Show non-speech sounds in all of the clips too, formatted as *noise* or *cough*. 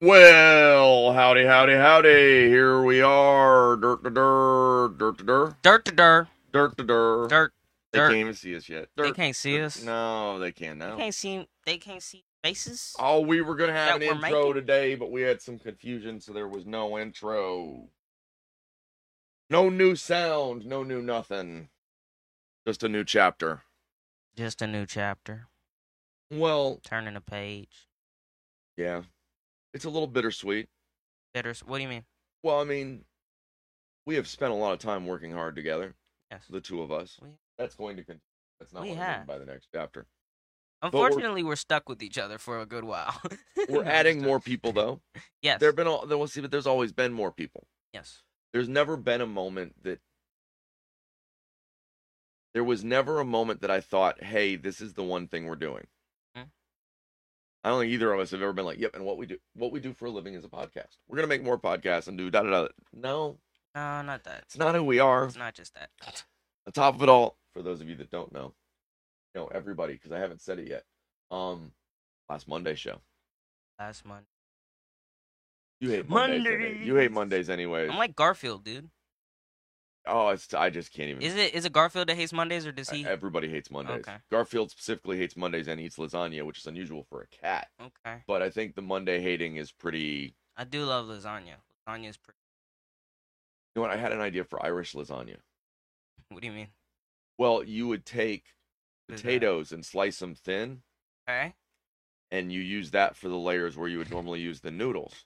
Well, howdy, howdy, howdy. Here we are. Dirt to dur, dirt to dur, Dirt to dirt. dirt to dur. Dirt. They dirt. can't even see us yet. They Dirt, can't see dirt. us. No, they can't They now. can't see. They can't see faces. Oh, we were going to have an That we're intro making. today, but we had some confusion, so there was no intro. No new sound, no new nothing. Just a new chapter. Just a new chapter. Well, Turning a page. yeah. It's a little bittersweet. Better. What do you mean? Well, I mean, we have spent a lot of time working hard together, Yes. the two of us. We- That's going to continue. That's not We what I mean have. by the next *laughs* chapter. we're- Unfortunately, we're, stuck with each other for a good while. *laughs* We're adding more people though. Yes. There've been all there we'll see, but there's always been more people. yes. There's never been a moment that there was never a moment that I thought, "Hey, this is the one thing we're doing." Mhm. I don't think either of us have ever been like, "Yep," and what we do, what we do for a living is a podcast. We're gonna make more podcasts and do da da da. No, No, not that. it's not who we are. It's not just that. on top of it all, for those of you that don't know, no, everybody, because I haven't said it yet. Um, last Monday show. Last month. You hate Mondays. any- You hate Mondays. Mondays, anyways. I'm like Garfield, dude. oh, it's I just can't even. Is it is it Garfield that hates Mondays or does he? Everybody hates Mondays. Okay. Garfield specifically hates Mondays and eats lasagna, which is unusual for a cat. Okay. But I think the Monday hating is pretty. I do love lasagna. Lasagna is pretty. *laughs* You know what? I had an idea for Irish lasagna. What do you mean? Well, you would take Is that- potatoes and slice them thin, Okay. and you use that for the layers where you would normally use the noodles.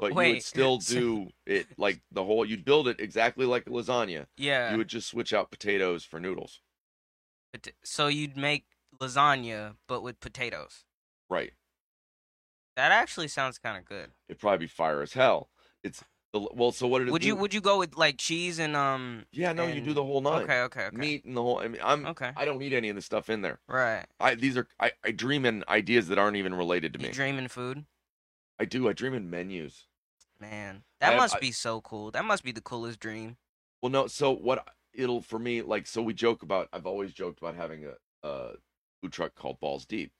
but Wait. you would still *laughs* so- do it like the whole you'd build it exactly like a lasagna Yeah. you would just switch out potatoes for noodles Pot- so you'd make lasagna but with potatoes. right That actually sounds kind of good. it'd probably be fire as hell it's the well so what did it Would you do? would you go with like cheese and um yeah no you do and- the whole nine Okay, okay, okay. meat and the whole i mean i'm Okay. i don't need any of the stuff in there Right. i these are i, I dream in ideas that aren't even related to You me dreaming food? i do i dream in menus Man. That have- must I- be so cool. That must be the coolest dream. Well, no. So what it'll for me like so we joke about I've always joked about having a, a food truck called Balls Deep.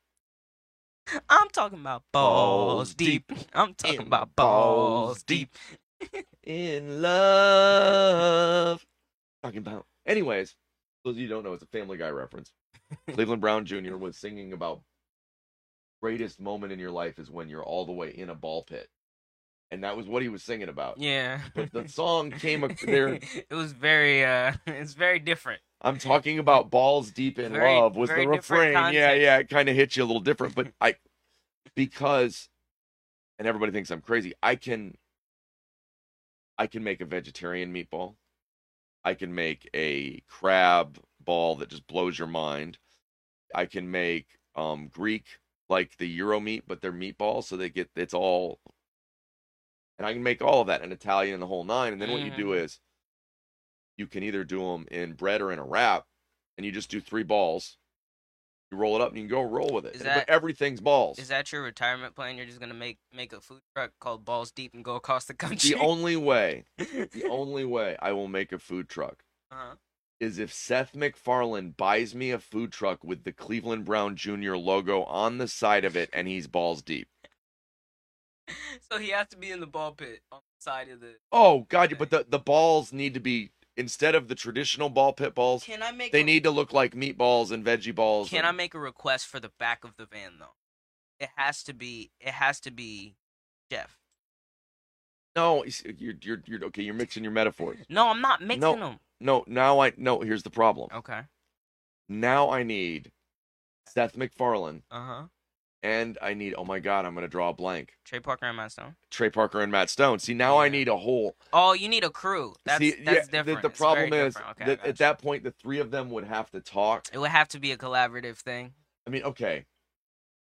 I'm talking about balls, Balls deep. I'm talking In about balls deep. In love. Talking about. Anyways, those of you who don't know, it's a Family Guy *laughs* reference. Cleveland Brown Jr. was singing about greatest moment in your life is when you're all the way in a ball pit, and that was what he was singing about. Yeah. But *laughs* the song came up there. it was very uh *laughs* it's very different. I'm talking about balls deep in Very- love was the very different refrain. Yeah, context. yeah, it kind of hits you a little different, but I because and everybody thinks I'm crazy. I can I can make a vegetarian meatball. I can make a crab ball that just blows your mind. I can make um Greek like the Euro meat, but they're meatballs, so they get it's all and I can make all of that an Italian and the whole nine. And then what you do Mm. is you can either do them in bread or in a wrap, and you just do three balls. You roll it up and you can go roll with it. Is And- that- but everything's balls. Is that your retirement plan? You're just gonna make make a food truck called Balls Deep and go across the country. the *laughs* only way, the only way I will make a food truck uh-huh. is if Seth MacFarlane buys me a food truck with the Cleveland Brown Jr. logo on the side of it and he's balls deep. So he has to be in the ball pit on the side of the. Oh God, but the, the balls need to be instead of the traditional ball pit balls, Can I make? they a, need to look like meatballs and veggie balls. Can and- I make a request for the back of the van though? It has to be. It has to be, Jeff. No, you see, you're you're you're okay. You're mixing your metaphors. No, I'm not mixing them. No, now I no. Here's the problem. Okay. Now I need Seth MacFarlane, Uh huh. and I need oh my god, I'm gonna draw a blank. Trey Parker and Matt Stone. Trey Parker and Matt Stone. See, now I Yeah. need a whole. Oh, you need a crew. That's see, that's yeah, the- different. The, It's very problem is different. Okay, I that gotcha. at that point, the three of them would have to talk. It would have to be a collaborative thing. I mean, okay,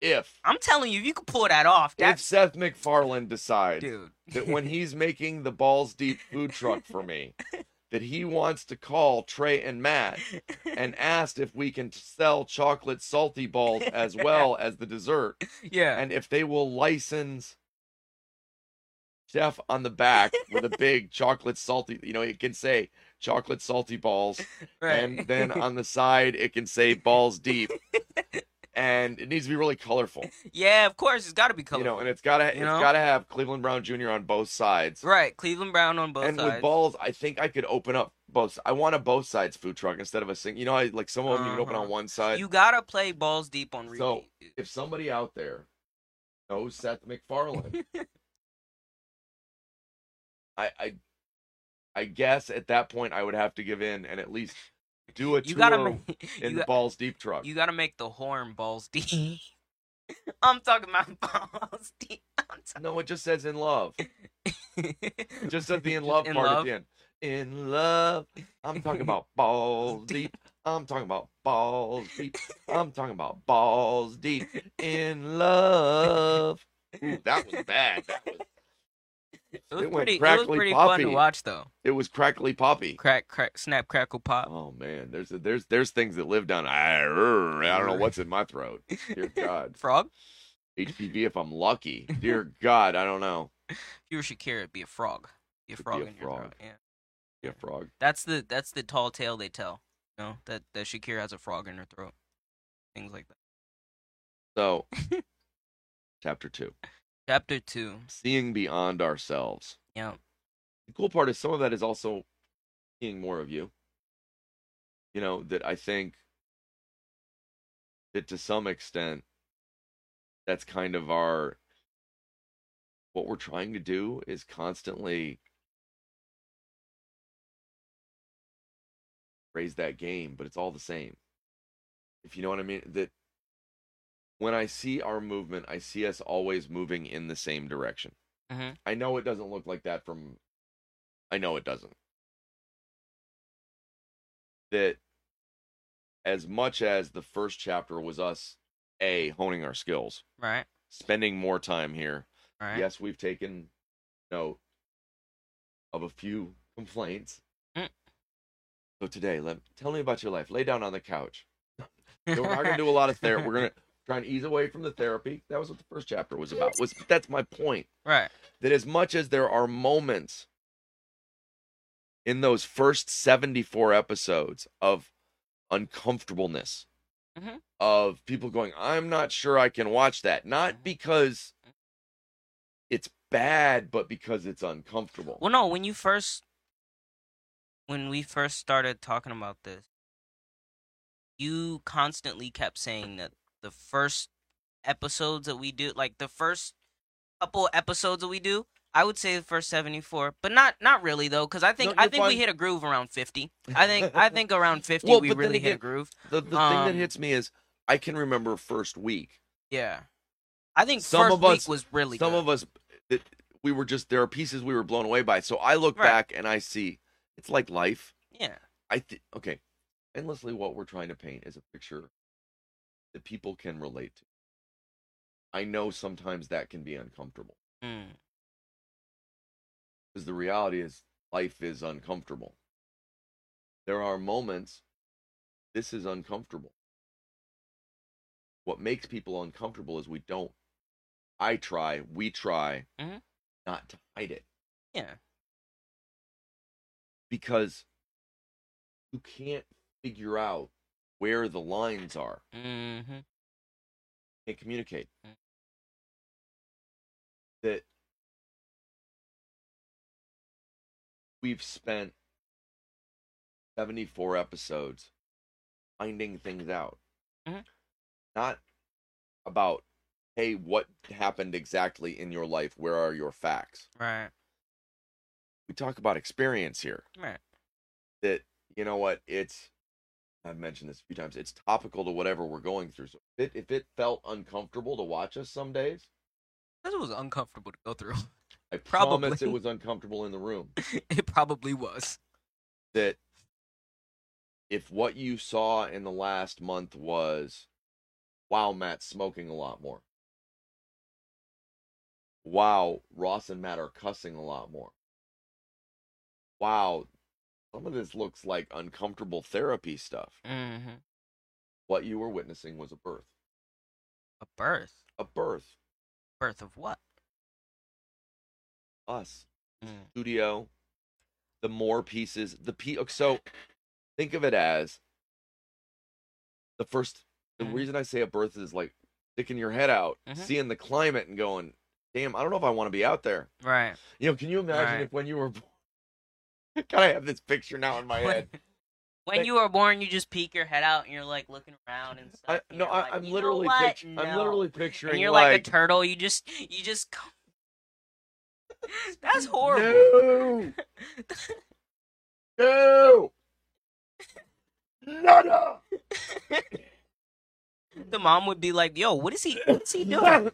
if I'm telling you, if you could pull that off, if that's Seth MacFarlane decides *laughs* dude. that *laughs* when he's making the balls deep food truck for me, that he wants to call Trey and Matt and asked if we can sell chocolate salty balls as well as the dessert *laughs* *laughs* yeah. and if they will license chef on the back with a big chocolate salty you know it can say chocolate salty balls right. and then on the side it can say balls deep and it needs to be really colorful. *laughs* Yeah, of course, it's got to be You colorful. know, and it's gotta You it's know? gotta have Cleveland Brown Jr. on both sides. right, Cleveland Brown on both and sides. with balls, I think I could open up both. I want a both sides food truck instead of a single. You know, I, like some of them you can open Uh-huh. on one side. you gotta play balls deep on repeat. So- dude. If somebody out there knows Seth MacFarlane, *laughs* I, I, I guess at that point I would have to give in and at least do a you tour gotta *laughs* make, in you, the got- balls deep truck. you gotta make the horn balls deep. Mm-hmm. *laughs* I'm talking about balls deep. *laughs* I'm no, it just says in love. talking It just says the *laughs* in love In part love? at the end. In love, I'm talking about *laughs* balls deep. I'm talking about balls deep. I'm talking about balls deep. In love. Ooh, that was bad. That was. It was It went pretty. it was crackly pretty fun to poppy. watch, though. It was crackly poppy. Crack, crack, snap, crackle, pop. Oh man, there's there's there's things that live down. I don't know what's in my throat. Dear God, Frog. HPV. If I'm lucky. Dear God, I don't know. If you were Shakira, it'd be a frog. Be a It'd be frog a in your throat. frog. Yeah. Yeah, frog. That's the that's the tall tale they tell. You know that that Shakira has a frog in her throat. Things like that. *laughs* So, chapter two, Chapter two. seeing beyond ourselves. Yeah. The cool part is some of that is also seeing more of you. You know that I think that to some extent, that's kind of our what we're trying to do is constantly raise that game, but it's all the same. If you know what I mean, that when I see our movement, I see us always moving in the same direction. Mhm. I know it doesn't look like that from, I know it doesn't. That as much as the first chapter was us, A, honing our skills, Right. spending more time here, Right. Yes, we've taken note of a few complaints. Mm. So today, let tell me about your life. Lay down on the couch. So we're not *laughs* gonna do a lot of therapy. We're gonna try and ease away from the therapy. That was what the first chapter was about. Was that's my point. Right. That as much as there are moments in those first 74 episodes of uncomfortableness Mhm. of people going, I'm not sure I can watch that. Not Mhm. because it's bad, but because it's uncomfortable. Well, no. When you first, when we first started talking about this, you constantly kept saying that the first episodes that we do, like the first couple episodes that we do, I would say the first seventy-four, but not not really though, because I think No, I you're think we fine. hit a groove around fifty. I think *laughs* I think around fifty Well, we but then really hit a again- groove. The, the thing um, that hits me is I can remember first week. Yeah, I think Some first of week us- was really Some good. of us, that we were just, there are pieces we were blown away by. So I look Right. back and I see it's like life. yeah, I think okay, endlessly what we're trying to paint is a picture that people can relate to. I know sometimes that can be uncomfortable Mm, because the reality is life is uncomfortable. There are moments this is uncomfortable. What makes people uncomfortable is we don't. I try, we try Mhm. not to hide it. yeah, because you can't figure out where the lines are. mm-hmm. Can't communicate. Mm. That we've spent 74 episodes finding things out. Mhm. Not about, hey, what happened exactly in your life? Where are your facts? right, We talk about experience here. right, that you know what it's i've mentioned this a few times it's topical to whatever we're going through so if it, if it felt uncomfortable to watch us some days this was uncomfortable to go through. i promise Probably. it was uncomfortable in the room *laughs* it probably was. that if what you saw in the last month was wow matt's smoking a lot more wow ross and matt are cussing a lot more wow some of this looks like uncomfortable therapy stuff Mm-hmm. what you were witnessing was a birth A birth. a birth Birth of what? us Mm. studio the more pieces the p so think of it as the first The Mhm. reason I say a berth is like sticking your head out, Mhm. seeing the climate, and going, "Damn, I don't know if I want to be out there." Right. You know, can you imagine Right. if when you were born? *laughs* God, I have this picture now in my head. *laughs* When, when Like- you were born, you just peek your head out and you're like looking around and I, *laughs* stuff. and no, you're I, like, I'm "You know literally, what? pict- I'm No." literally And picturing you're like, like, a turtle. You just, you just. *laughs* *laughs* That's no, horrible. *laughs* no, nada. the mom would be like, "Yo, what is he? What's he doing?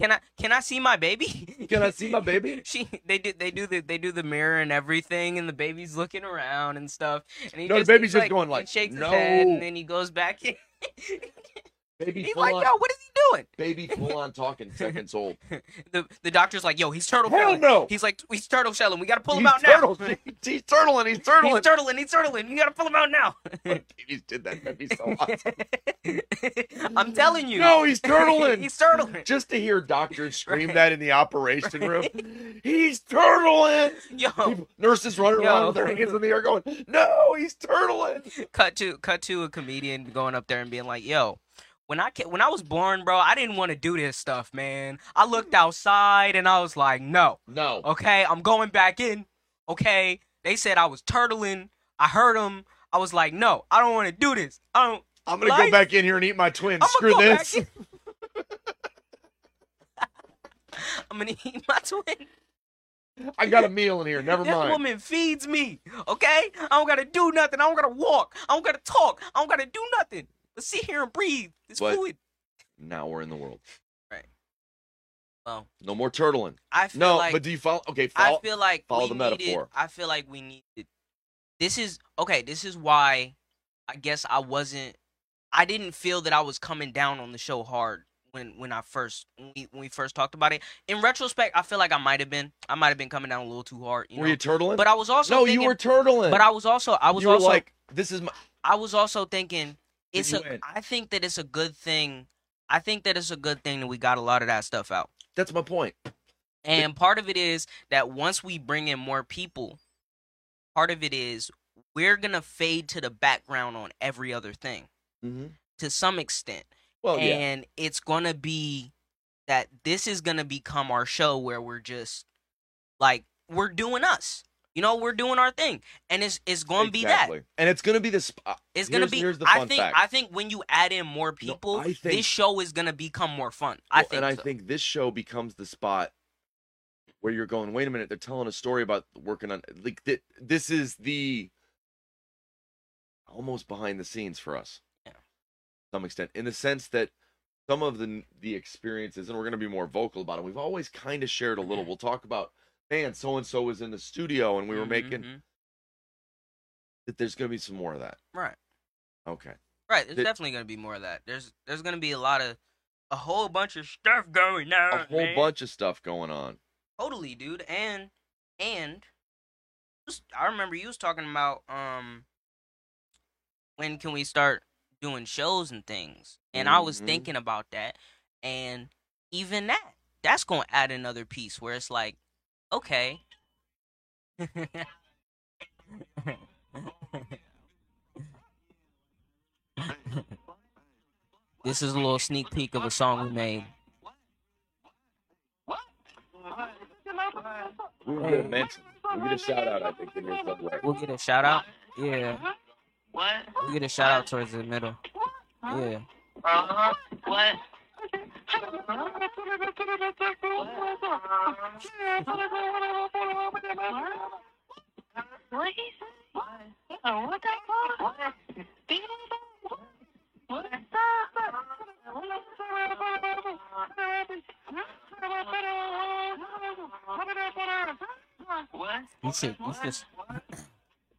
can I, can I see my baby? *laughs* Can *laughs* I see my baby? She, they do, they do the, they do the mirror and everything, and the baby's looking around and stuff. And he No, the just, baby's he's just like, going he like, shakes his head, "No." and then he goes back in. *laughs* Baby, he's full like, on, "Yo, what is he doing? baby, full on talking seconds old. the the doctor's like, "Yo, he's turtle Hell shelling. no. He's like, he's turtle shelling. We gotta *laughs* pull him he's out turtle. now. He's turtling. He's turtling. He's turtling. He's turtling. You gotta pull him out now." *laughs* Babies did that. That'd be *laughs* so awesome. I'm telling you. No, he's turtling. *laughs* he's turtling. Just to hear doctors scream Right. that in the operation room, he's turtling. *laughs* Yo, People- nurses running around with Oh. Yo. their hands in the air, going, "No, he's turtling." cut to cut to a comedian going up there and being like, "Yo, when I ca- when I was born, bro, I didn't want to do this stuff, man. I looked outside and I was like, no, No, okay, I'm going back in. Okay, they said I was turtling. I heard them. I was like, no, I don't want to do this. I don't. I'm gonna life- go back in here and eat my twins. I'm Screw gonna go this. Back in. *laughs* I'm gonna eat my twin. *laughs* I got a meal in here. Never This mind. woman feeds me. Okay, I don't gotta do nothing. I don't gotta walk. I don't gotta talk. I don't gotta do nothing. But sit here and breathe. It's But- fluid. Now we're in the world. Well, No more turtling. I feel No, like but do you follow? Okay, I follow. feel like follow we the needed- metaphor. I feel like we needed. This is okay. This is why I guess I wasn't. I didn't feel that I was coming down on the show hard when when I first when we, when we first talked about it. In retrospect, I feel like I might have been. I might have been coming down a little too hard. You were know? you turtling? but I was also no, thinking, you were turtling. But I was also I was you were also like, "This is my." I was also thinking it's you a. win? I think that it's a good thing. I think that it's a good thing that we got a lot of that stuff out. That's my point. And part of it is that once we bring in more people, part of it is we're going to fade to the background on every other thing Mm-hmm. to some extent. Well, Oh, yeah. and it's going to be that this is going to become our show where we're just like we're doing us. You know, we're doing our thing. And it's it's going to be that. Exactly. And it's gonna be this. Uh, It's going Here's- to be here's the I fun think fact. I think when you add in more people, I think- this show is going to become more fun. I well, think and I so. think this show becomes the spot where you're going. Wait a minute, they're telling a story about working on like th- this is the almost behind the scenes for us, Yeah. to some extent, in the sense that some of the the experiences, and we're going to be more vocal about it. We've always kind of shared a Mm-hmm. little. We'll talk about man, so and so was in the studio, and we were Mhm, making mhm. that. There's going to be some more of that. right. Okay, Right, there's that- definitely gonna be more of that. There's there's gonna be a lot of a whole bunch of stuff going on. a whole man. bunch of stuff going on. Totally, dude. And and just- I remember you was talking about um when can we start doing shows and things. And I was Mhm. thinking about that. And even that, that's gonna add another piece where it's like, okay. *laughs* This is a little sneak peek of a song we made. We were gonna mention. We get a shout out, I think, in here somewhere. We'll get a shout out. Yeah. What? We'll get a shout out towards the middle. Yeah. Uh-huh. What? What he said? Oh, what that called? Beat it? What? What? Let's see. Let's just.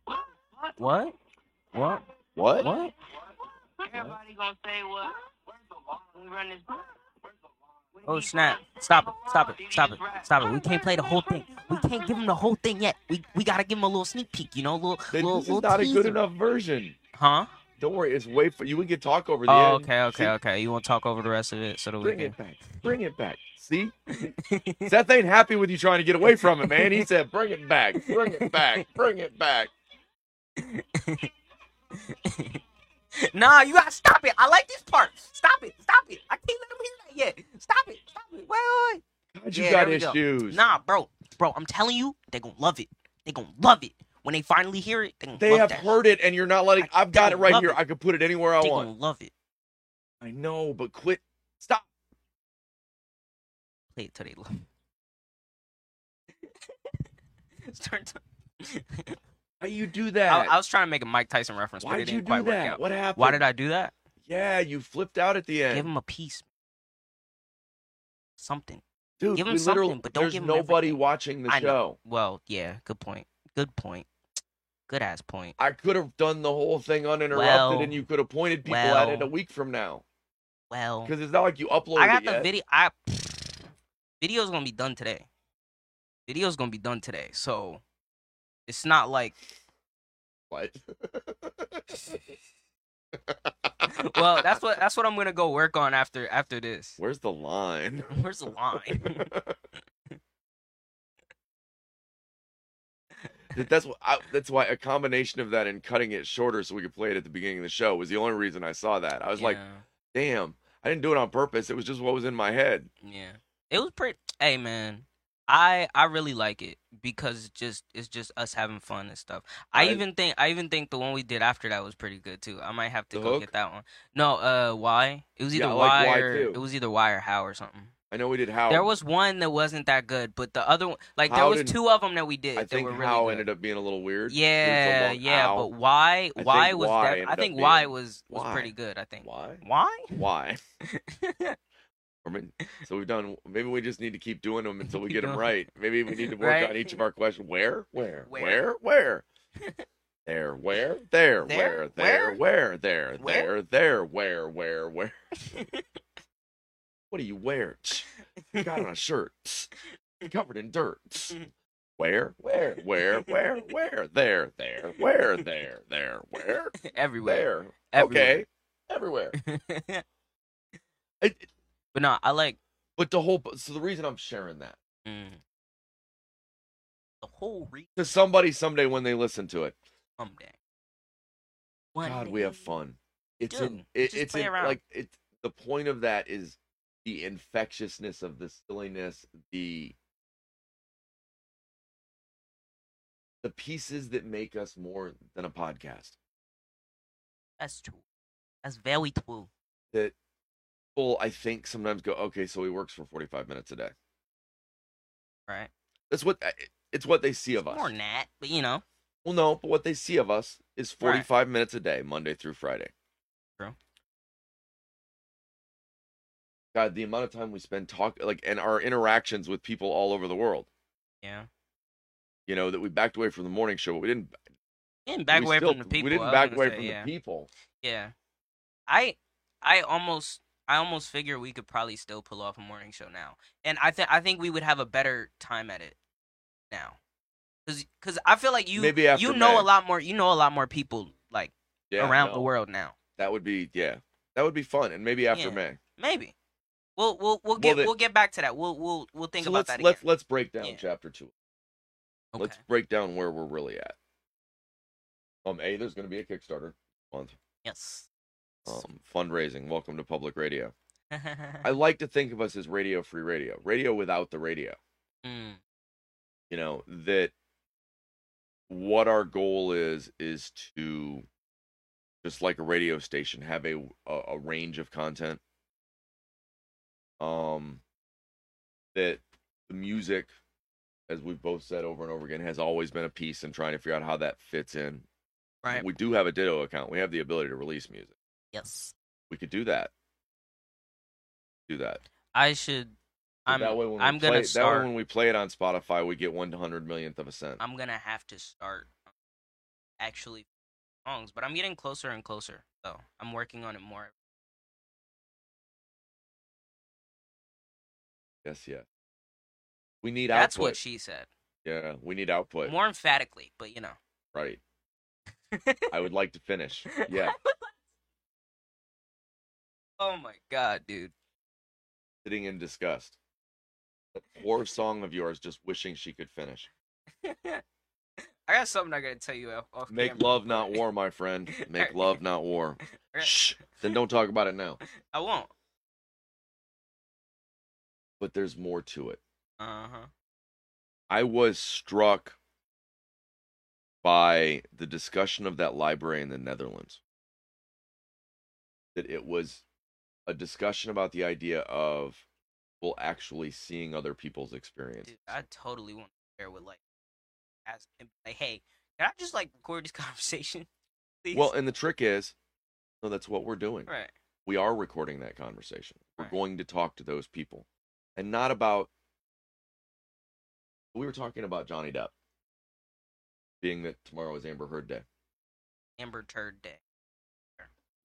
What? What? What? What? What? Everybody gonna say what? We run this. Oh snap! Stop it! Stop it! Stop it! Stop it! We can't play the whole thing. We can't give him the whole thing yet. We we gotta give him a little sneak peek. You know, a little Then little this is little not a teaser. good enough version. Huh? Don't worry, it's way for you. We can talk over the Oh, end. okay, okay, See? okay. You won't talk over the rest of it, so that we Bring can. it back. Bring it back. *laughs* See, Seth ain't happy with you trying to get away from it, man. He said, "Bring it back. Bring it back. Bring it back." nah, you gotta stop it. I like this part. Stop it. Stop it. I can't let him hear that yet. Stop it. Stop it. Wait, wait, wait. God, you Yeah, got there we go. issues. Nah, bro. Bro, I'm telling you, they gonna love it. they gonna love it. When they finally hear it, they gonna They love have that. heard it, and you're not letting. I I've got it don't right love here. it. I could put it anywhere I they want. gonna love it. I know, but quit. Stop. Play it till *laughs* they love it. Start to- Why you do I, that? I was trying to make a Mike Tyson reference, Why but it did didn't you do quite work that? out. What happened? Why did I do that? Yeah, you flipped out at the end. Give him a piece. Something. Dude, give him we literally- something, but don't there's give him nobody everything. watching the I know. show. Well, yeah, good point. Good point. Good ass point. I could have done the whole thing uninterrupted, Well, and you could have pointed people at it well. a week from now. Well, Because it's not like you uploaded I got it *laughs* the yet. video. I *sighs* video's gonna be done today. Video's gonna be done today, so it's not like What? well, that's what that's what I'm gonna go work on after *laughs* after this. *laughs* Where's the line? *laughs* Where's the line? That- That's what I, that's why a combination of that and cutting it shorter so we could play it at the beginning of the show was the only reason I saw that. I *laughs* was like, Yeah, damn, I didn't do it on purpose. It was just what was in my head. yeah, it was pretty. Hey, man, I I really like it because it's just it's just us having fun and stuff. I, I- even think I even think the one we did after that was pretty good too. I might have to The go hook? get that one. No, uh, why? It was Yeah, either I why like Why or too. it was either why or how or something. I know we did how. There was one that wasn't that good, but the other one, like there How was did- two of them that we did I that think were really how good. ended up being a little weird. It was a yeah, long yeah, ow. but why? uh, I Why think was why that? ended I up think why being- was was why? pretty good. I think why? why? *laughs* Why? Or may- so we've done. Maybe we just need to keep doing them until we Keep get *laughs* them doing 'em. right. Maybe we need to work Right? on each of our questions. Where? Where? Where? Where? Where? *laughs* There, where, there, where, There? there, Where? where, there, there, Where? there, where, where, *laughs* where. What do you wear? Tch, *laughs* you Got on a shirt. Tch, you Covered in dirt. Tch. Where? Where? Where? Where? Where? There, there, where, there, there, where? *laughs* Everywhere. There. Okay. Everywhere. *laughs* Everywhere. but It- no, I like But the whole so the reason I'm sharing that mm, the whole reason. to somebody someday when they listen to it. Someday. One God, we have day. fun. It's do. in, it, Just it's play in, around. like it. The point of that is the infectiousness of the silliness, the the pieces that make us more than a podcast. That's true. That's very true. That people, I think, sometimes go, okay, so he works for forty five minutes a day. Right. That's what it's what they see of us. More than that, but you know. Well, no, but what they see of us is Right. 45 minutes a day, Monday through Friday. True. God, the amount of time we spend talking, like, and our interactions with people all over the world, Yeah. you know, that we backed away from the morning show, but we didn't We didn't back we away still- from the people. We I didn't was back gonna away say, from yeah. the people. Yeah. I I almost I almost figure we could probably still pull off a morning show now. And I think I think we would have a better time at it now. Cuz cuz I feel like you Maybe after you know May. a lot more you know a lot more people like Yeah, around the no, world now. That would be, yeah, that would be fun. And maybe after Yeah. May. Maybe. We'll we'll we'll get the- we'll get back to that. We'll we'll we'll think so about let's, that let's, again. let's break down Yeah. chapter two. okay. Let's break down where we're really at. Um, A, there's going to be a Kickstarter month. Yes. *laughs* Um, fundraising. Welcome to public radio. I like to think of us as radio free radio, radio without the radio. Mm, You know, that what our goal is, is to just like a radio station, have a, a, a range of content. Um, that the music, as we've both said over and over again, has always been a piece and trying to figure out how that fits in. right. We do have a Ditto account, we have the ability to release music. Yes. We could do that. Do that. I should So I'm that way when we I'm play, going to That way start when we play it on Spotify, we get one hundred millionth of a cent. I'm gonna have to start actually songs, but I'm getting closer and closer. So I'm working on it more. yes, yeah. We need That's output. what she said, yeah, we need output. more emphatically. But you know, Right. I would like to finish. Yeah, *laughs* oh my god, dude. *laughs* sitting in disgust. That poor song of yours, just wishing she could finish. I got something I gotta tell you off. off Make camera. love, *laughs* not war, my friend. Make love, not war. I got- Shh. Then don't talk about it now. I won't. But there's more to it. Uh huh. I was struck by the discussion of that library in the Netherlands. That it was a discussion about the idea of well actually seeing other people's experiences. Dude, I totally want to share with like, ask him like, hey, can I just like record this *laughs* conversation? Please? Well, and the trick is no, that's what we're doing. right. we are recording that conversation. We're Right. going to talk to those people and not about. We were talking about Johnny Depp being that tomorrow is Amber Heard Day. Amber Turd Day.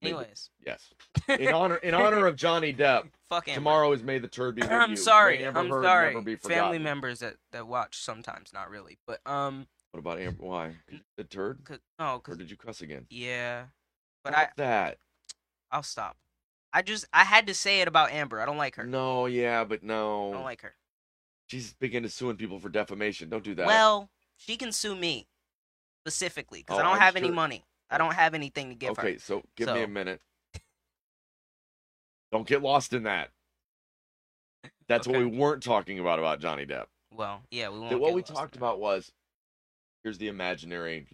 Maybe- Anyways, Yes. In honor in honor of Johnny Depp, *laughs* fuck Amber. tomorrow is May the Turd be with *laughs* I'm you. sorry. May Amber I'm Heard sorry. Never be Family forgotten. members that that watch sometimes, not really, but um, What about Amber? Why? 'Cause you said turd? cause, no, Or 'cause- did you cuss again? yeah, but I Stop that. I'll stop. I just I had to say it about Amber. I don't like her. No, yeah, but I no. don't like her. She's beginning to suing people for defamation. Don't do that. Well, she can sue me specifically because Oh, I don't I'm have any sure- money. I don't have anything to give okay, her. so give me a So- minute. Don't get lost in that. That's what Okay. we weren't talking about about Johnny Depp. Well, yeah, we won't. That what get we lost in talked that. about was here's the imaginary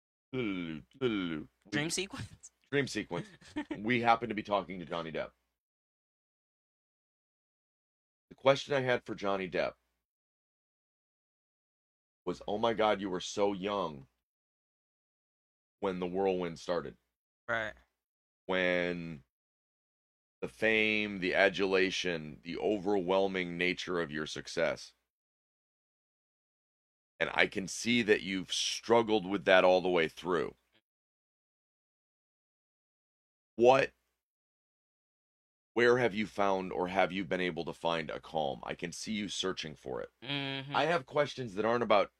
*laughs* dream *laughs* dream sequence. dream sequence. we happen to be talking to Johnny Depp. The question I had for Johnny Depp was, "Oh my God, you were so young when the whirlwind started." *laughs* right. when the fame, the adulation, the overwhelming nature of your success. And I can see that you've struggled with that all the way through. What, where have you found or have you been able to find a calm? I can see you searching for it. hmm I have questions that aren't about.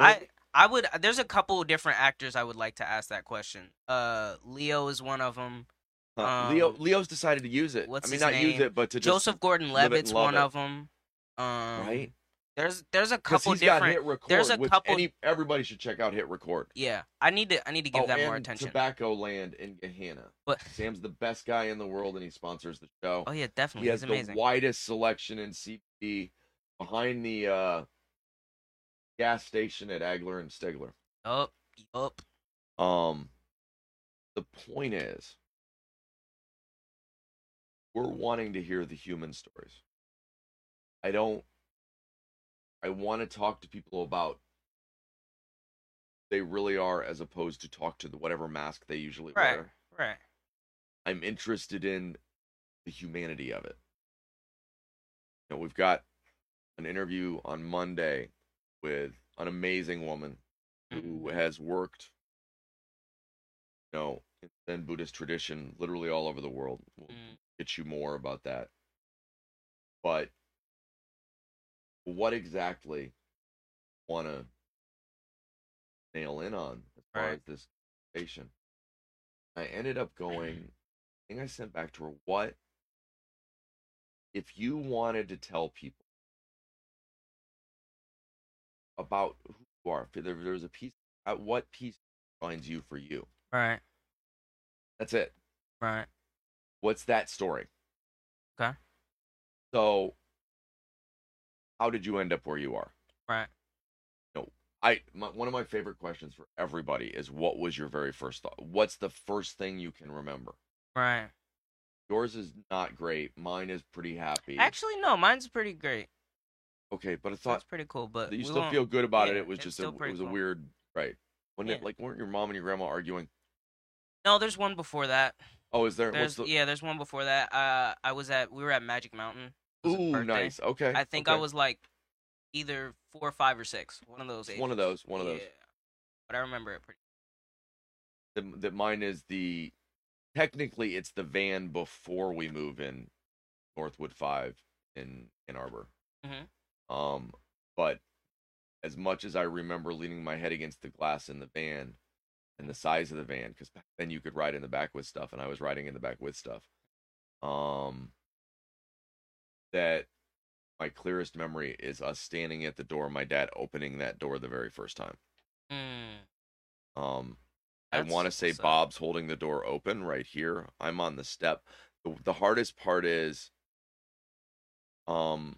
I I would. There's a couple of different actors I would like to ask that question. Uh, Leo is one of them. Huh, Leo, um, Leo's decided to use it. what's I mean, his not use name? it, but to just- live Joseph it and Gordon-Levitt's love one it. of them. Um, right? There's there's a 'Cause couple he's got different. Hit record, there's a which couple- Any, everybody should check out Hit Record. Yeah, I need to I need to give oh, that and more attention. Tobacco Land in Gahanna. But Sam's the best guy in the world, and he sponsors the show. oh yeah, he definitely. has He's amazing. the widest selection in CBD behind the uh, gas station at Agler and Stigler. Up, up. Um, the point is, we're wanting to hear the human stories. I don't. I want to talk to people about they really are, as opposed to talk to the whatever mask they usually Right. wear. Right. I'm interested in the humanity of it. You know, we've got an interview on Monday with an amazing woman Mm, who has worked, you know, in Zen Buddhist tradition literally all over the world. We'll Mm, get you more about that. But what exactly want to nail in on as far Right. as this conversation? I ended up going. I think I sent back to her what if you wanted to tell people about who you are. If there, there was a piece, at what piece defines you for you? Right. That's it. Right. What's that story? Okay. So, how did you end up where you are? Right. I my, one of my favorite questions for everybody is what was your very first thought? What's the first thing you can remember? Right. Yours is not great. Mine is pretty happy. Actually, no. Mine's pretty great. okay, but I That's thought pretty cool. But that you we still won't- feel good about it. yeah, It was it's just a, still it pretty was a cool. weird right. Wasn't it Yeah. like weren't your mom and your grandma arguing? No, there's one before that. Oh, is there? There's What's the, yeah, there's one before that. Uh, I was at we were at Magic Mountain. It was a ooh, birthday. nice. Okay, I think I okay. was like either four or five or six. One of those. Ages. one of those. One of those. Yeah. But I remember it pretty. that, that mine is the technically it's the van before we move in Northwood Five in Ann Arbor. Mhm. Um, but as much as I remember leaning my head against the glass in the van and the size of the van, because back then you could ride in the back with stuff, and I was riding in the back with stuff. Um, that my clearest memory is us standing at the door, my dad opening that door the very first time. Mm, Um, I that's want to say sad. Bob's holding the door open right here. I'm on the step. The, the hardest part is, um,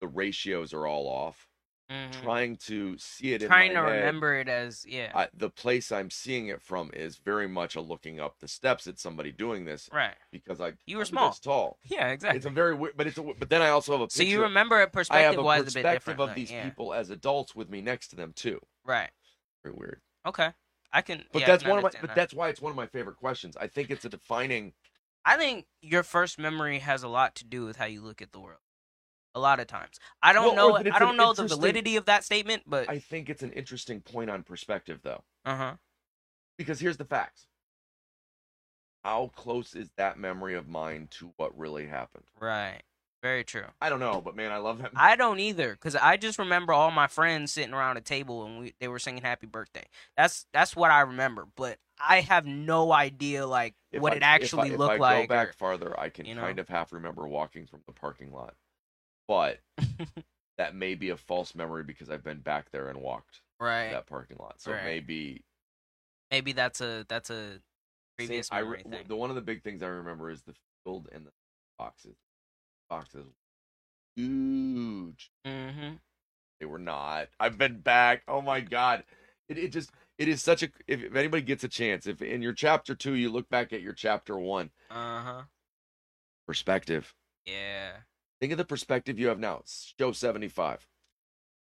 the ratios are all off. Mhm. Trying to see it, in Trying my to head, remember it as yeah. I, the place I'm seeing it from is very much a looking up the steps at somebody doing this right. *laughs* because I You were I'm this small. tall. Yeah, It's exactly. a *laughs* very weird, but it's a, but then I also have a So picture. you remember it I have perspective a wise a bit perspective different. of like, these yeah. people as adults with me next to them too. Right. Very weird. Okay. I can But yeah, I that's can one of my. understand But that. that's why it's one of my favorite questions. I think it's a defining. I think your first memory has a lot to do with how you look at the world. A lot of times, I don't Well, or know. that it's I don't an know the interesting- validity of that statement, but I think it's an interesting point on perspective though, uh huh. because here's the facts. How close is that memory of mine to what really happened? Right. Very true. I don't know, but man, I love that. I don't either, cause I just remember all my friends sitting around a table and we they were singing "Happy Birthday." That's that's what I remember, but I have no idea like *laughs* If what I- it if I- actually if looked I go like. back or- farther, I can you kind know? of half remember walking from the parking lot, but *laughs* that may be a false memory because I've been back there and walked right. that parking lot. So Right. maybe Maybe that's a that's a previous I memory re- thing. the one of the big things I remember is the field and the boxes. Boxes, huge. mm-hmm. They were not. I've been back. Oh my god. It it just it is such a if, if anybody gets a chance, if in your chapter two you look back at your chapter one Uh huh. perspective. Yeah. Think of the perspective you have now. Show seventy five.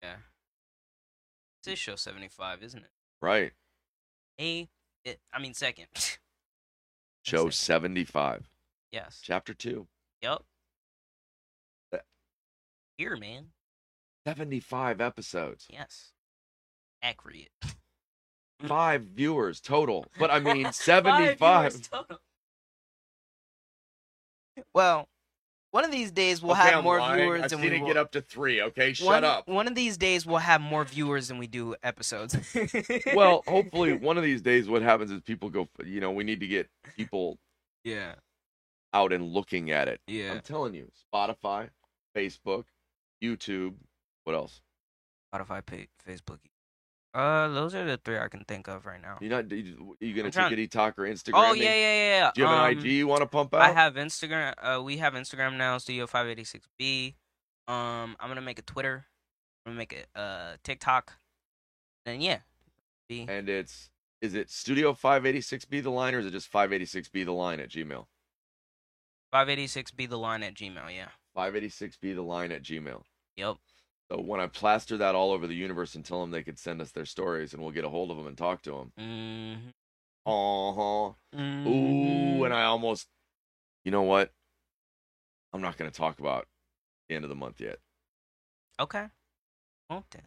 Yeah. This is show seventy five, isn't it? Right. A, it, I mean second. *laughs* Show it. seventy five. yes. Chapter two. Yep. That- Here, man. Seventy five episodes. Yes. Accurate. Five viewers total. But I mean seventy *laughs* Five five. viewers total. Well, one of these days we'll Okay, have I'm more lying. viewers I've than seen we it will. get up to three. Okay, shut one, *laughs* up. One of these days we'll have more viewers than we do episodes. *laughs* well, hopefully, one of these days, what happens is people go. You know, we need to get people *laughs* yeah, out and looking at it. yeah. I'm telling you, Spotify, Facebook, YouTube. What else? Spotify, pay, Facebook. Uh, those are the three I can think of right now. You're not. You, you gonna I'm trying- tickety talk or Instagram? Oh me? yeah, yeah, yeah, yeah. Do you have an Um, IG you want to pump out? I have Instagram. Uh, we have Instagram now, Studio Five Eighty Six B. Um, I'm gonna make a Twitter. I'm gonna make a uh TikTok. And yeah, B. And it's is it Studio 586B the line or is it just 586B the line at Gmail? Five Eighty Six B the line at Gmail. Yeah. 586B the line at Gmail. Yep. So when I plaster that all over the universe and tell them they could send us their stories and we'll get a hold of them and talk to them. Mm-hmm. Uh huh. Mm. Ooh, and I almost. You know what? I'm not going to talk about the end of the month yet. Okay. Well then,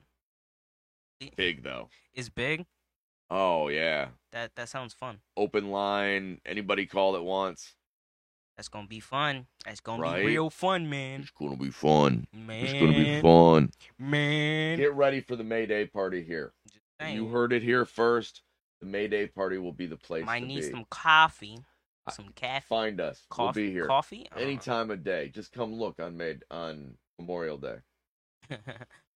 Big though. it's big. Oh yeah. That that sounds fun. Open line. Anybody call at once. That's gonna be fun. That's gonna Right. be real fun, man. It's going to be fun. Man. It's going to be fun. Man. Get ready for the May Day party here. Just saying. You heard it here first. The May Day party will be the place Might to need be. some coffee. I- Some caffeine. Find us. Coffee. We'll be here Coffee. Oh. I don't any know. time of day. Just come look on May on Memorial Day. *laughs*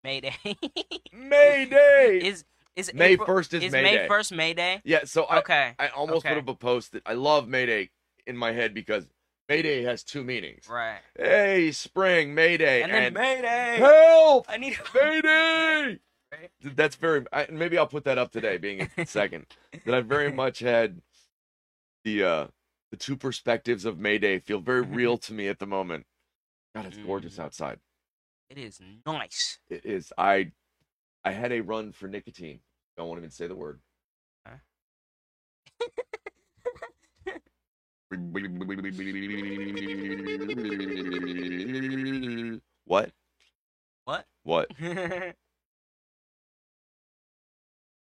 Mayday. *laughs* May Day. is is May April, first is, is May, Day. first May Day? Yeah. So I, okay, I almost Okay. put up a post that I love Mayday in my head because Mayday has two meanings. right. Hey, spring, Mayday, And and, then Mayday. help, I need Mayday. Right. Th- That's very. I, maybe I'll put that up today, being *laughs* it's the second. That I very much had the uh the two perspectives of Mayday feel very Mhm. *laughs* real to me at the moment. God, it's gorgeous Mm. outside. It is nice. It is. I I had a run for nicotine. Don't want to even say the word. What? *laughs* What? What? mm-hmm.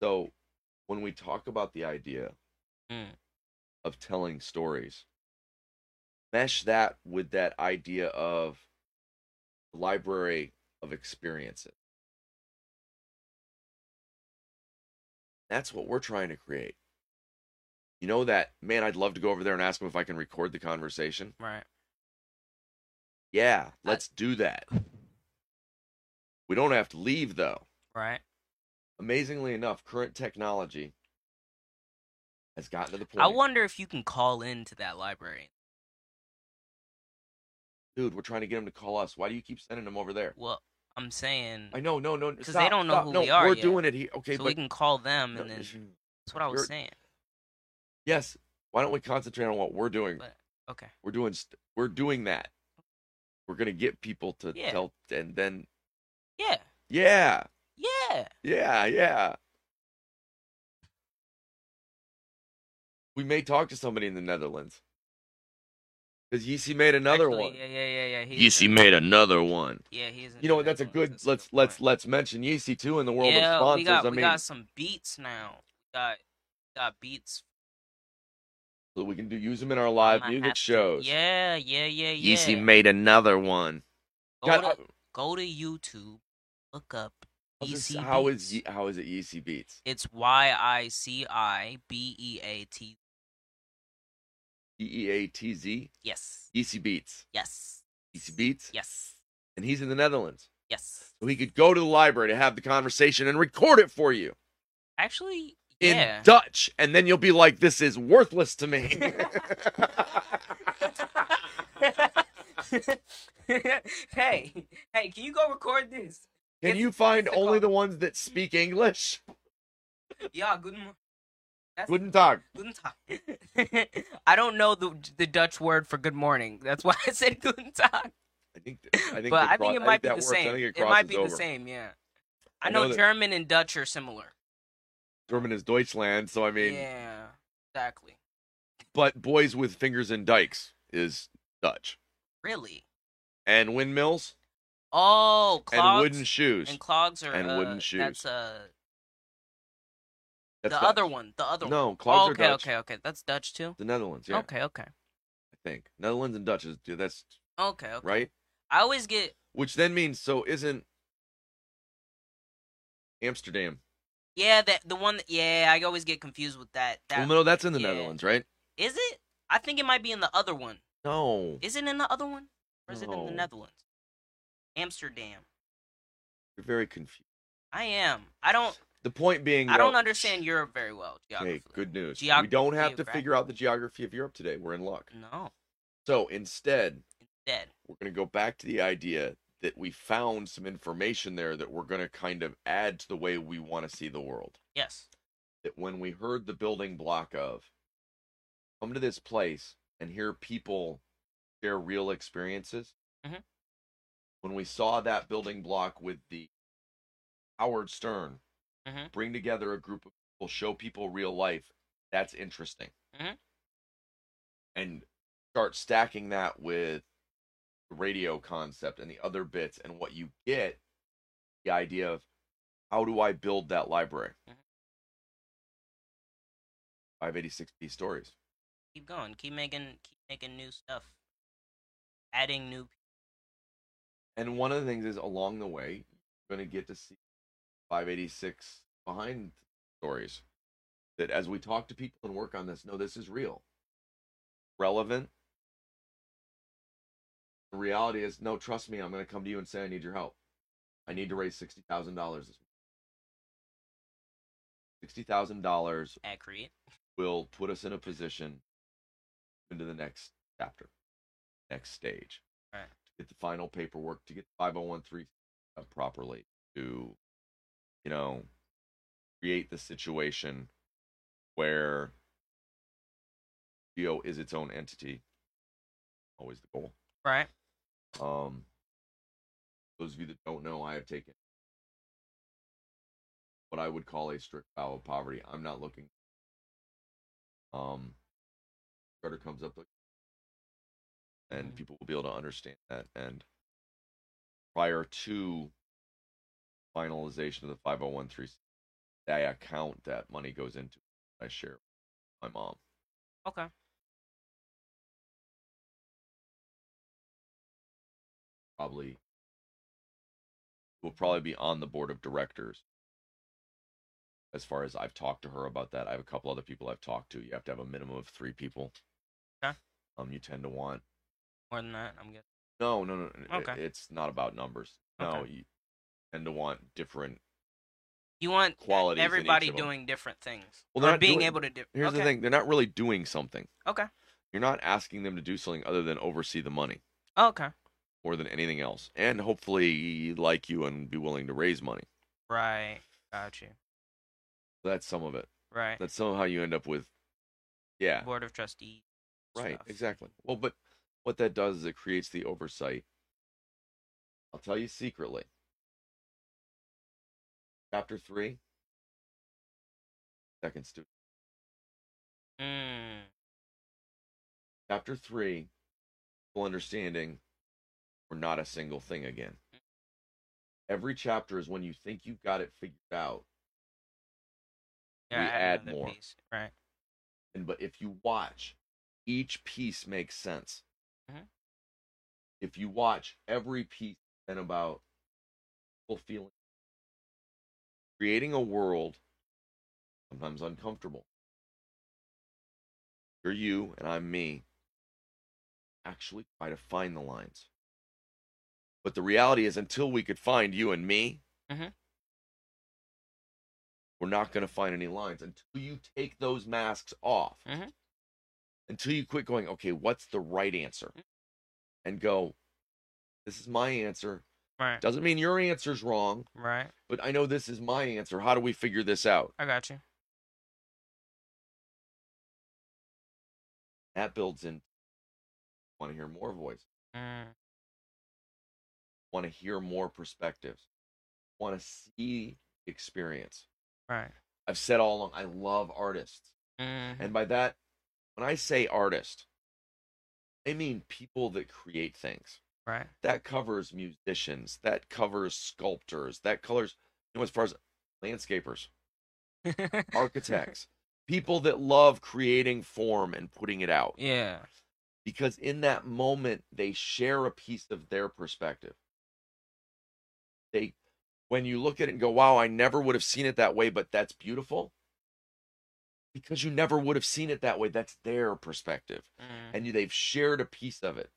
So, when we talk about the idea Mm. of telling stories, mesh that with that idea of library of experiences. That's what we're trying to create. You know that, man, I'd love to go over there and ask them if I can record the conversation. Right. Yeah, let's do that. We don't have to leave though. right? Amazingly enough, current technology has gotten to the point. I wonder if you can call into that library. Dude, we're trying to get them to call us. Why do you keep sending them over there? Well, I'm saying I know, no, no, 'Cause they stop, don't know stop. who no, we are We're yet. doing it here. Okay, so but we can call them, no, and then sh- that's what I was you're- saying. yes. Why don't we concentrate on what we're doing? But okay, We're doing. St- we're doing that. We're gonna get people to Yeah. tell, and then yeah, yeah, yeah. yeah, yeah. We may talk to somebody in the Netherlands. Because Yeezy made another Actually, one. Yeah, yeah, yeah, yeah. he is Yeezy in- made another one. Yeah, he is. in You know the what? That's a Netherlands, good. that's Let's good let's point. let's mention Yeezy too in the world yeah, of sponsors. we got I we mean, got some beats now. We got got beats. so we can do use them in our I live might music have to- shows. Yeah, yeah, yeah, yeah. made another one. go, God, to, go to YouTube, look up I- I was Yeezy just- how is Beats. Ye- how is it Yeezy Beats? It's Y I C I B E A T. E E A T Z Yes, Yeezy Beats yes, Yeezy Beats, yes, and he's in the Netherlands. yes. So he could go to the library to have the conversation and record it for you Actually, *laughs* in yeah. Dutch, and then you'll be like, "This is worthless to *laughs* me." *laughs* hey, hey, can you go record this? Can It's- you find it's a only call. the ones that speak English? Yeah, good. mo- That's Guten Tag. Guten Tag. *laughs* I don't know the the Dutch word for good morning. That's why I said Guten Tag. I think. th- I think. but they I cro- think it might be that the works. I same. think It, it, might crosses be over. the same. Yeah. I, I know, know that- German and Dutch are similar. German is Deutschland, so I mean, yeah. Exactly. but boys with fingers in dikes is Dutch, Really. and windmills Oh, clogs and wooden shoes. and clogs are and uh, wooden shoes. That's uh That's the Dutch. other one. The other one. No, clogs Oh, are okay, Dutch. okay, okay. That's Dutch too. The Netherlands, yeah, Okay, okay, I think Netherlands and Dutch is dude, that's okay, okay. right. I always get Which then means so isn't Amsterdam? yeah that the one. That, yeah, I always get confused with that. That well, no, that's in the yeah. Netherlands, right? is it? I think it might be in the other one. No, Is it in the other one? Or is it in the No. Netherlands? Amsterdam. you're very confused. I am. I don't The point being, I don't though- understand Europe very well. Hey, Geography. good news. we Geog- don't have to geography. figure out the geography of Europe today. We're in luck. No. So instead, Dead. we're going to go back to the idea that we found some information there that we're going to kind of add to the way we want to see the world. Yes. That when we heard the building block of come to this place and hear people share real experiences, Mhm. when we saw that building block with the Howard Stern Mhm. bring together a group of people, show people real life, that's interesting. Mhm. And start stacking that with the radio concept and the other bits and what you get the idea of how do I build that library? Mhm. 586p stories. Keep going. Keep making keep making new stuff. Adding new And one of the things is along the way, you're going to get to see 586 behind stories that as we talk to people and work on this, no, this is real, relevant. The reality is, no, trust me, I'm going to come to you and say, I need your help. I need to raise $60,000 this week. $60,000 accurate. will put us in a position into the next chapter, next stage. Right. To get the final paperwork, to get the 5013 up uh, properly, to, you know, create the situation where Geo is its own entity. Always the goal. Right. Um, those of you that don't know, I have taken what I would call a strict vow of poverty. I'm not looking. Um, charter comes up, and Mhm. people will be able to understand that. And prior to finalization of the 5013, that account that money goes into, I share with my mom. Okay. probably will probably be on the board of directors. As far as I've talked to her about that, I have a couple other people I've talked to. You have to have a minimum of three people. Okay. Um, you tend to want More than that, I'm guessing. No, no, no. no, it- Okay. It's not about numbers. No, Okay. you tend to want different. You want Qualities in each everybody of 'em. doing different things Well, they're or not being doing- able to do. Here's the Okay. thing: they're not really doing something. Okay. You're not asking them to do something other than oversee the money Oh, Okay. more than anything else, and hopefully like you and be willing to raise money. Right. Got you. That's some of it. Right. That's somehow you end up with. Yeah. Board of trustees. Right, stuff. exactly. Well, but what that does is it creates the oversight. I'll tell you secretly. Chapter three, second student. Mm. Chapter three, full understanding, we're not a single thing again. Every chapter is when you think you've got it figured out. Yeah, We add another more. piece. Right. And but if you watch, each piece makes sense. Mhm. If you watch every piece and about people feeling creating a world sometimes uncomfortable. You're you and I'm me. Actually try to find the lines. But the reality is until we could find you and me, Mhm. we're not gonna find any lines until you take those masks off until you quit going, okay, what's the right answer? And go, this is my answer. Right. Doesn't mean your answer's wrong, Right. but I know this is my answer. How do we figure this out? I got you. That builds in. Want to hear more voice? Mm. Want to hear more perspectives? Want to see experience? Right. I've said all along, I love artists. Mm. And by that, when I say artist, I mean people that create things. *laughs* Right. that covers musicians, that covers sculptors, that colors you know as far as landscapers, *laughs* architects, people that love creating form and putting it out. yeah. Because in that moment they share a piece of their perspective. They when you look at it and go, Wow, I never would have seen it that way, but that's beautiful. Because you never would have seen it that way. That's their perspective Mm. and you, they've shared a piece of it.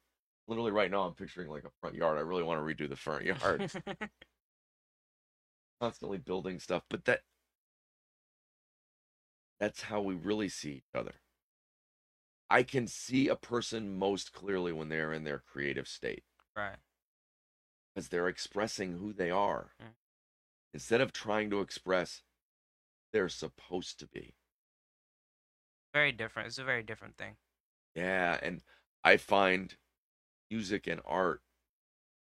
Literally, right now, I'm picturing like a front yard. I really want to redo the front yard, constantly building stuff. But that that's how we really see each other. I can see a person most clearly when they're in their creative state *laughs* right. because they're expressing who they are Mm. instead of trying to express they're supposed to be. Very different. It's a very different thing. Yeah, and I find music and art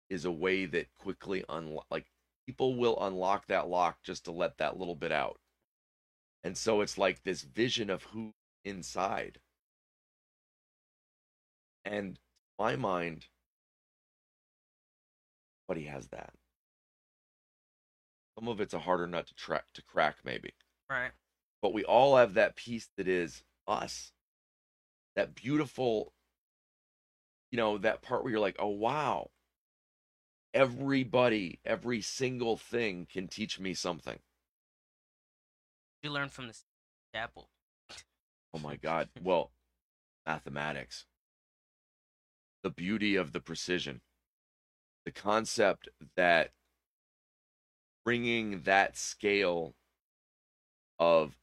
is a way that quickly unlock like people will unlock that lock just to let that little bit out. And so it's like this vision of who inside. And to my mind, nobody has that. Some of it's a harder nut to track to crack, maybe Right. but we all have that piece that is us that beautiful you know that part where you're like oh wow everybody every single thing can teach me something You learn from the *laughs* apple. oh my god well mathematics the beauty of the precision the concept that bringing that scale of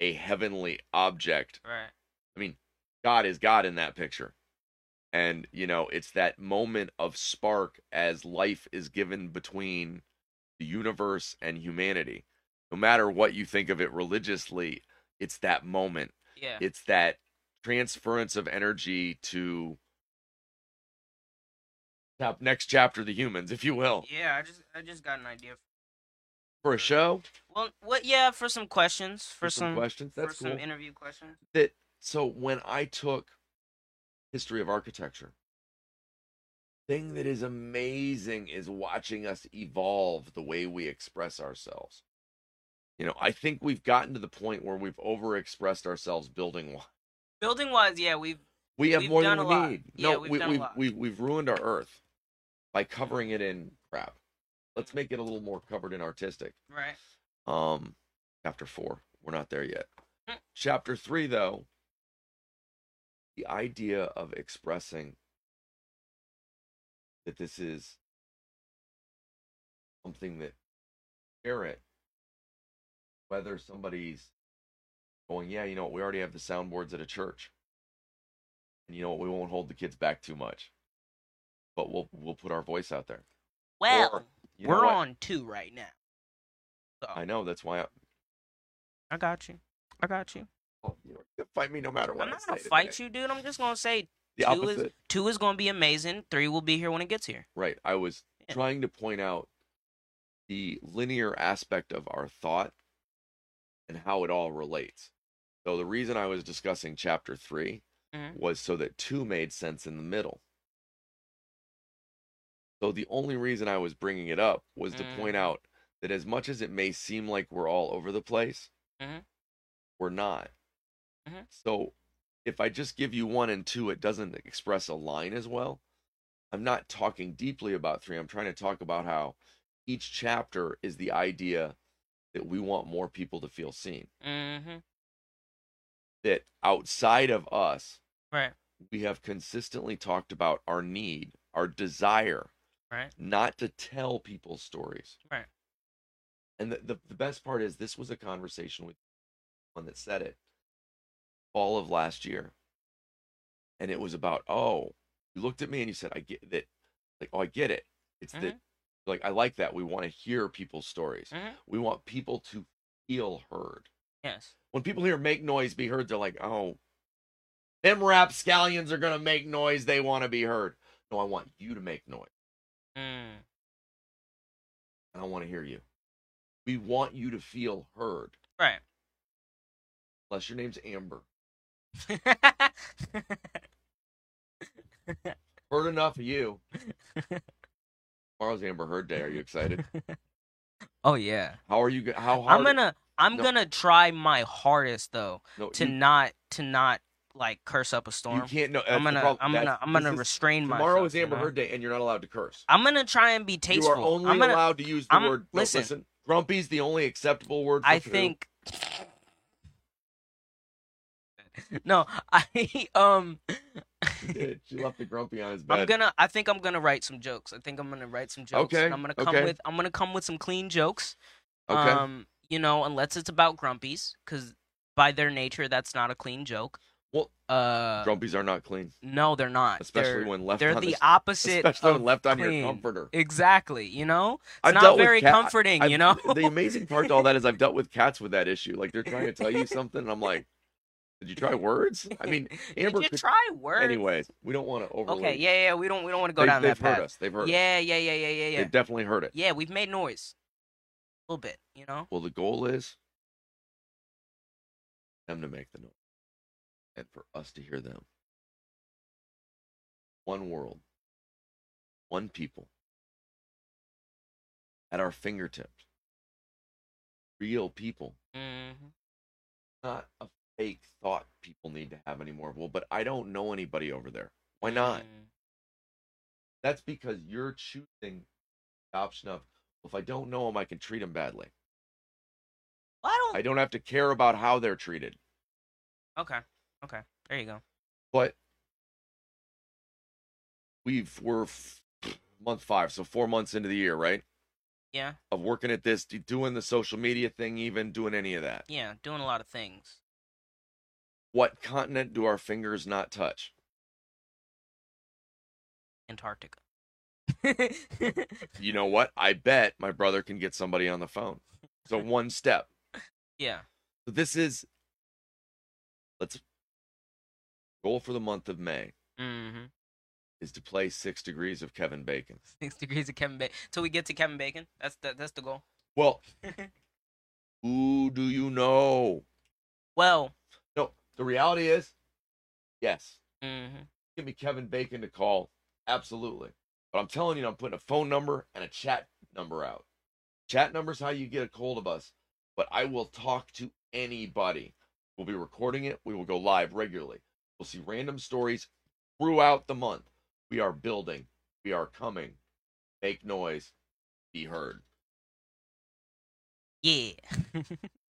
a heavenly object Right. God is God in that picture. And, you know, it's that moment of spark as life is given between the universe and humanity. No matter what you think of it religiously, it's that moment. Yeah. It's that transference of energy to chap- next chapter, the humans, if you will. yeah. I just I just got an idea. For a show, Well, what? Yeah, for some questions, for, for some, some, questions, for that's cool. some interview questions. that so when I took history of architecture, thing that is amazing is watching us evolve the way we express ourselves. You know, I think we've gotten to the point where we've overexpressed ourselves building wise. Building wise, yeah, we've *laughs* We have We've more done than a we lot. need. Yeah, no, we've we, done a we've, lot. we've we've ruined our earth by covering it in crap. Let's make it a little more covered in artistic. right. Um, chapter four, we're not there yet. Hmm. Chapter three, though, the idea of expressing that this is something that parent, whether somebody's going, yeah, you know what, we already have the soundboards at a church, and you know what, we won't hold the kids back too much, but we'll we'll put our voice out there. Well, Or, you know we're what? on two right now. So, I know that's why. I, I got you. I got you. Oh, you know, you'll fight me no matter what. I'm I not gonna say fight today. you, dude. I'm just gonna say The two opposite. is two is gonna be amazing. Three will be here when it gets here. Right. I was Yeah. trying to point out the linear aspect of our thought and how it all relates. So the reason I was discussing chapter 3 Mhm. was so that two made sense in the middle. So the only reason I was bringing it up was to point Mm. out that as much as it may seem like we're all over the place, Mhm. we're not. Mhm. So if I just give you one and two, it doesn't express a line as well. I'm not talking deeply about three. I'm trying to talk about how each chapter is the idea that we want more people to feel seen. Mm-hmm. That outside of us, Right. we have consistently talked about our need, our desire, Right. not to tell people stories. Right. And the, the, the best part is this was a conversation with one that said it fall of last year. And it was about, oh, you looked at me and you said, I get that. Like, oh, I get it. It's that, Mm-hmm. like, I like that. We want to hear people's stories. Mhm. We want people to feel heard. Yes. When people hear make noise, be heard, they're like, oh, them rapscallions are going to make noise. They want to be heard. No, I want you to make noise. Mm. and I want to hear you. We want you to feel heard. Right. Unless your name's Amber. Heard enough of *laughs* you. Tomorrow's Amber Heard Day. Are you excited? *laughs* oh yeah. How are you? go- How hard? I'm gonna I'm No. gonna try my hardest though no, to you, not to not like curse up a you storm. can't. No, I'm that's the gonna problem. I'm That's- gonna I'm this gonna is- restrain myself. Tomorrow is you Amber know? Heard Day, and you're not allowed to curse. I'm gonna try and be tasteful. You are only I'm gonna allowed to use the I'm- word. no, listen. grumpy's the only acceptable word. For I poo. think. *laughs* No, I *laughs* um, *laughs* She did. She left the grumpy on his bed. I'm gonna. I think I'm gonna write some jokes. I think I'm gonna write some jokes. Okay, and I'm gonna come okay. with. I'm gonna come with some clean jokes. okay. Um, you know, unless it's about grumpies, because by their nature, that's not a clean joke. Well, uh, Grumpies are not clean, no, they're not. especially they're, when left they're on the this- opposite. especially of when left on clean. your comforter. Exactly. You know, it's I've not dealt with very cat- comforting. I've- you know. *laughs* the amazing part to all that is I've dealt with cats with that issue. Like they're trying to *laughs* tell you something, and I'm like, "Did you try words?" I mean, Amber. Did *laughs* you could- try words? anyways, we don't want to overload. Okay, yeah, yeah, we don't we don't want to go they, down they've that heard path. us. They've heard. us. yeah, yeah, yeah, yeah, yeah, yeah. They've definitely heard it. Yeah, we've made noise. A little bit, you know? Well, the goal is them to make the noise, and for us to hear them. One world, one people, at our fingertips. Real people. Mhm. not a fake thought people need to have anymore. Well, but I don't know anybody over there. Why not? Mm. That's because you're choosing the option of if I don't know them, I can treat them badly. Well, I don't I don't have to care about how they're treated. Okay. Okay. There you go. But we've we're f- month five, so four months into the year, right? Yeah. Of working at this, d- doing the social media thing, even doing any of that. Yeah, doing a lot of things. What continent do our fingers not touch? *laughs* Antarctica. You know what? I bet my brother can get somebody on the phone. So one step. yeah. So this is let's goal for the month of May *laughs* Mhm. is to play six degrees of Kevin Bacon. 6 degrees of Kevin Bacon. Till we get to Kevin Bacon. That's the that's the goal. Well, who do you know? Well, No, the reality is, yes, mhm. give me Kevin Bacon to call, absolutely. But I'm telling you, I'm putting a phone number and a chat number out. Chat number is how you get a hold of us. But I will talk to anybody. We'll be recording it. We will go live regularly. We'll see random stories throughout the month. We are building. We are coming. Make noise. Be heard. yeah. *laughs*